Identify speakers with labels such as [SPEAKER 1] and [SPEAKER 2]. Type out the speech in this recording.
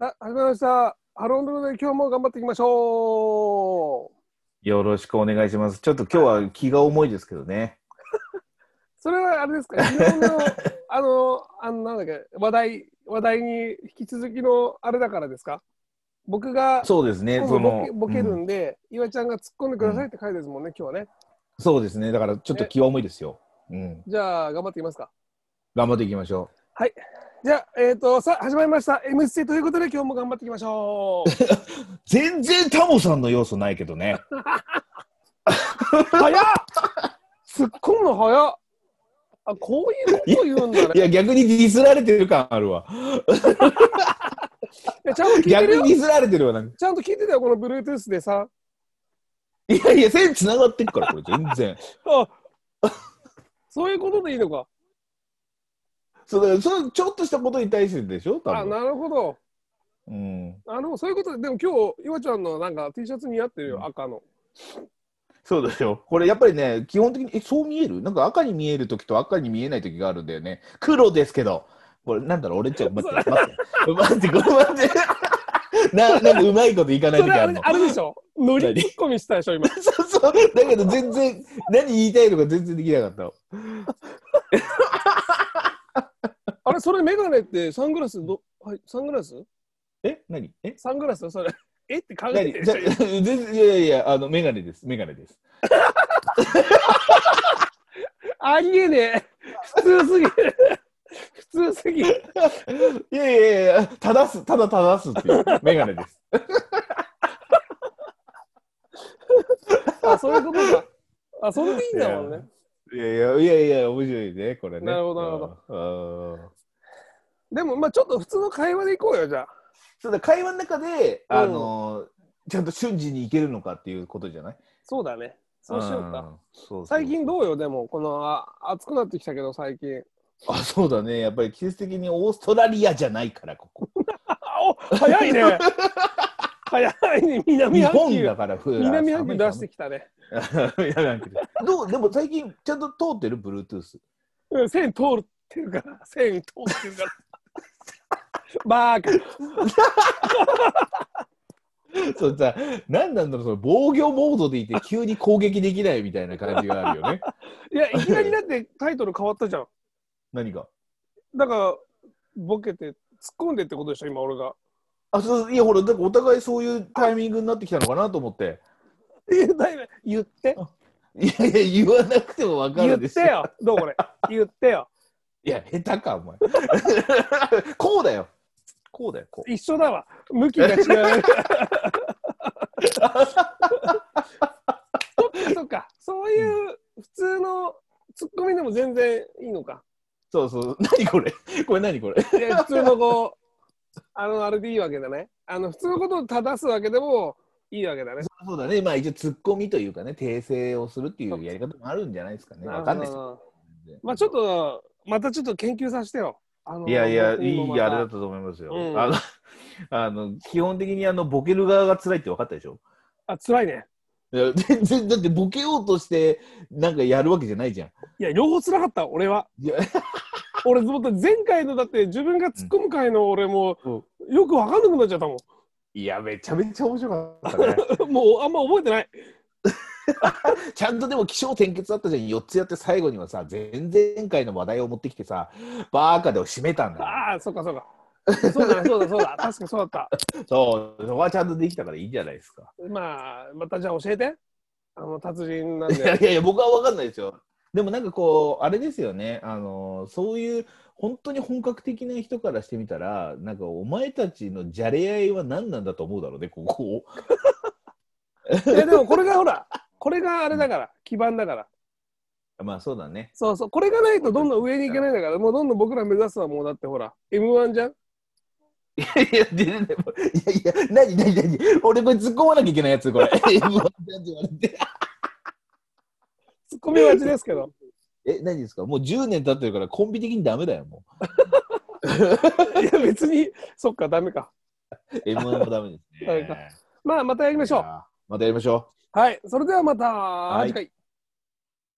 [SPEAKER 1] あ、始まりました。ハロールーで今日も頑張っていきましょう。
[SPEAKER 2] よろしくお願いします。ちょっと今日は気が重いですけどね。
[SPEAKER 1] それはあれです か、昨日のあの、あの、なんだっけ、話題、話題に引き続きのあれだからですか僕が
[SPEAKER 2] そうですね。
[SPEAKER 1] 今
[SPEAKER 2] そ
[SPEAKER 1] 度
[SPEAKER 2] の
[SPEAKER 1] ボケボケる
[SPEAKER 2] うん
[SPEAKER 1] んで、岩ちゃんが突っ込んでくださいって回ですもんね、今日はね。
[SPEAKER 2] そうですね。だからちょっと気が重いですよ。うん。
[SPEAKER 1] じゃあ、頑張っていきますか。
[SPEAKER 2] 頑張っていきましょ
[SPEAKER 1] じゃあ、えっ、と、さあ、始まりました。MC ということで、今日も頑張っていきまし ょう。
[SPEAKER 2] う。全然タモさんの要素ないけどね。
[SPEAKER 1] 早っ突っ込むの早っあ、こういうこと言うんだね。
[SPEAKER 2] いや、逆にディスられてる感あるわ。
[SPEAKER 1] いやちゃんと聞いてる
[SPEAKER 2] 逆
[SPEAKER 1] よ
[SPEAKER 2] に。ディスられてるわ。なんか
[SPEAKER 1] ちゃんと聞いてたよ、この Bluetooth でさ。
[SPEAKER 2] いやいや、線繋がってるから、これ全然。
[SPEAKER 1] あそういうことでいいのか。
[SPEAKER 2] そうだからそうちょっとしたことに対してでしょ多
[SPEAKER 1] あ、
[SPEAKER 2] 分。
[SPEAKER 1] なるほど。
[SPEAKER 2] うん。
[SPEAKER 1] あの、そういうことで、でも今日、いわちゃんのなんか T シャツ似合ってる
[SPEAKER 2] うん
[SPEAKER 1] よ、赤の。
[SPEAKER 2] そうだよ。これやっぱりね、基本的に、え、そう見えるなんか赤に見える時と赤に見えない時があるんだよね。黒ですけど。これなんだろう俺ちょっと待って、待って。待って、これ待って。 な、なんかうまいこといかない
[SPEAKER 1] そ
[SPEAKER 2] 時
[SPEAKER 1] れあ
[SPEAKER 2] ある
[SPEAKER 1] れ
[SPEAKER 2] の。
[SPEAKER 1] あれでしょノリツッコミしたでしょ、今。
[SPEAKER 2] そうそう。だけど全然、何言いたいのか全然できなかっ
[SPEAKER 1] あれ、それメガネってサングラスど、はい、サングラス
[SPEAKER 2] た。え何え
[SPEAKER 1] サングラス それ。えって考えてる
[SPEAKER 2] 何
[SPEAKER 1] で
[SPEAKER 2] じゃ
[SPEAKER 1] しょ。
[SPEAKER 2] 全然、いやいやいや、あの、メガネです。メガネです。
[SPEAKER 1] ありえねえ。普通すぎる。普通すぎる。
[SPEAKER 2] いやいやいや、正す、ただ正すっていう。メガネです。
[SPEAKER 1] あ、そういうことか。あ、それでいいんだもんね。
[SPEAKER 2] いやいや、いやいや、面白いね、これね。
[SPEAKER 1] なるほどなるほ
[SPEAKER 2] ど。うん
[SPEAKER 1] でも、まあちょっと普通の会話でいこうよ、じゃあ。
[SPEAKER 2] そうだ会話の中で、
[SPEAKER 1] うん
[SPEAKER 2] あのちゃんと瞬時に行けるのかっていうことじゃない
[SPEAKER 1] そうだね。そうしようか。
[SPEAKER 2] んそうそう
[SPEAKER 1] 最近どうよ、でも、このあ暑くなってきたけど、最近。
[SPEAKER 2] あそうだねやっぱり季節的にオーストラリアじゃないからここ
[SPEAKER 1] あお早い ね早いね、南
[SPEAKER 2] 日
[SPEAKER 1] 半
[SPEAKER 2] 本
[SPEAKER 1] 球
[SPEAKER 2] だ。から冬
[SPEAKER 1] 南半球出してきたね。
[SPEAKER 2] き 南半球どうでも最近ちゃんと通ってる Bluetooth
[SPEAKER 1] うん線通るっていうから、線通ってるから。 バーカ。
[SPEAKER 2] そうさ何なんだろうその防御モードでいて急に攻撃できないみたいな感じがあるよね
[SPEAKER 1] いや、いきなりだってタイトル変わったじゃん。
[SPEAKER 2] 何か
[SPEAKER 1] だから、ボケて、突っ込んでってことでしょ、今俺が。
[SPEAKER 2] あそういやほらだからお互いそういうタイミングになってきたのかなと思って
[SPEAKER 1] 言って。
[SPEAKER 2] いやいや言わなくても分か
[SPEAKER 1] 言
[SPEAKER 2] る
[SPEAKER 1] っ
[SPEAKER 2] でしてょ
[SPEAKER 1] よ。どうこれ。言ってよ。
[SPEAKER 2] いや、下手か、お前。 こうだよ。こうだよ、こう。
[SPEAKER 1] 一緒だわ。向きが違う。そっかそっか。そういう普通のツッコミでも全然いいのか。
[SPEAKER 2] そうそう。何これこれ何これ
[SPEAKER 1] いや普通のこう、 あの、あれでいいわけだね。あの、普通のことを正すわけでもいいわけだね。
[SPEAKER 2] そうだね。まあ一応、ツッコミというかね、訂正をするっていうやり方もあるんじゃないですかね。わかんないですよ。
[SPEAKER 1] まあちょっと、またちょっと研究させてよ。あの
[SPEAKER 2] いやいや、い
[SPEAKER 1] もま
[SPEAKER 2] い
[SPEAKER 1] た
[SPEAKER 2] あれだったと思いますよ。
[SPEAKER 1] うん
[SPEAKER 2] あの、あの基本的にあのボケる側が辛いって分かったでしょ
[SPEAKER 1] あ、辛いね。
[SPEAKER 2] いや全然、だってボケようとして、なんかやるわけじゃないじゃん。
[SPEAKER 1] いや、両方辛かった、俺は。
[SPEAKER 2] いや、
[SPEAKER 1] 俺、ずっと前回のだって、自分が突っ込む回の俺も、よくわかんなくなっちゃったもん。
[SPEAKER 2] いやめちゃめちゃ面白かったね。
[SPEAKER 1] もうあんま 覚えてない。
[SPEAKER 2] ちゃんとでも起承転結だったじゃん、4つやって最後にはさ、前々回の話題を持ってきてさ、バーカでを締めたんだ。
[SPEAKER 1] ああ、そうかそうか。そうだそうだそうだ。 確かそうだった。
[SPEAKER 2] そう、そこはちゃんとできたからいいんじゃないですか。
[SPEAKER 1] まあ、またじゃあ教えて。あの、達人なん
[SPEAKER 2] いや
[SPEAKER 1] で。
[SPEAKER 2] いやいや、僕は分かんないですよ。でもなんかこう、あれですよね、あのそういう本当に本格的な人からしてみたら、なんかお前たちのじゃれ合いは何なんだと思うだろうね、ここを。
[SPEAKER 1] いや、でもこれがほら、これがあれだから、基盤だから。
[SPEAKER 2] まあそうだね。
[SPEAKER 1] そうそう、これがないとどんどん上に行けないんだから、もうどんどん僕ら目指すはもうだってほら、M1 じゃん
[SPEAKER 2] いやいや、でででもいやいや、何、何、何、俺これ突っ込まなきゃいけないや つ、これ。
[SPEAKER 1] 突っ込み待ちですけど。
[SPEAKER 2] え、何ですかもう10年経ってるからコンビ的にダメだよ、も
[SPEAKER 1] いや、別に、そっか、ダメか。
[SPEAKER 2] う。M1 もダメです
[SPEAKER 1] ダメ
[SPEAKER 2] ね。
[SPEAKER 1] かまあ、またやりましょう。
[SPEAKER 2] う。またやりましょう。
[SPEAKER 1] はい、それではまた、
[SPEAKER 2] い
[SPEAKER 1] 次回。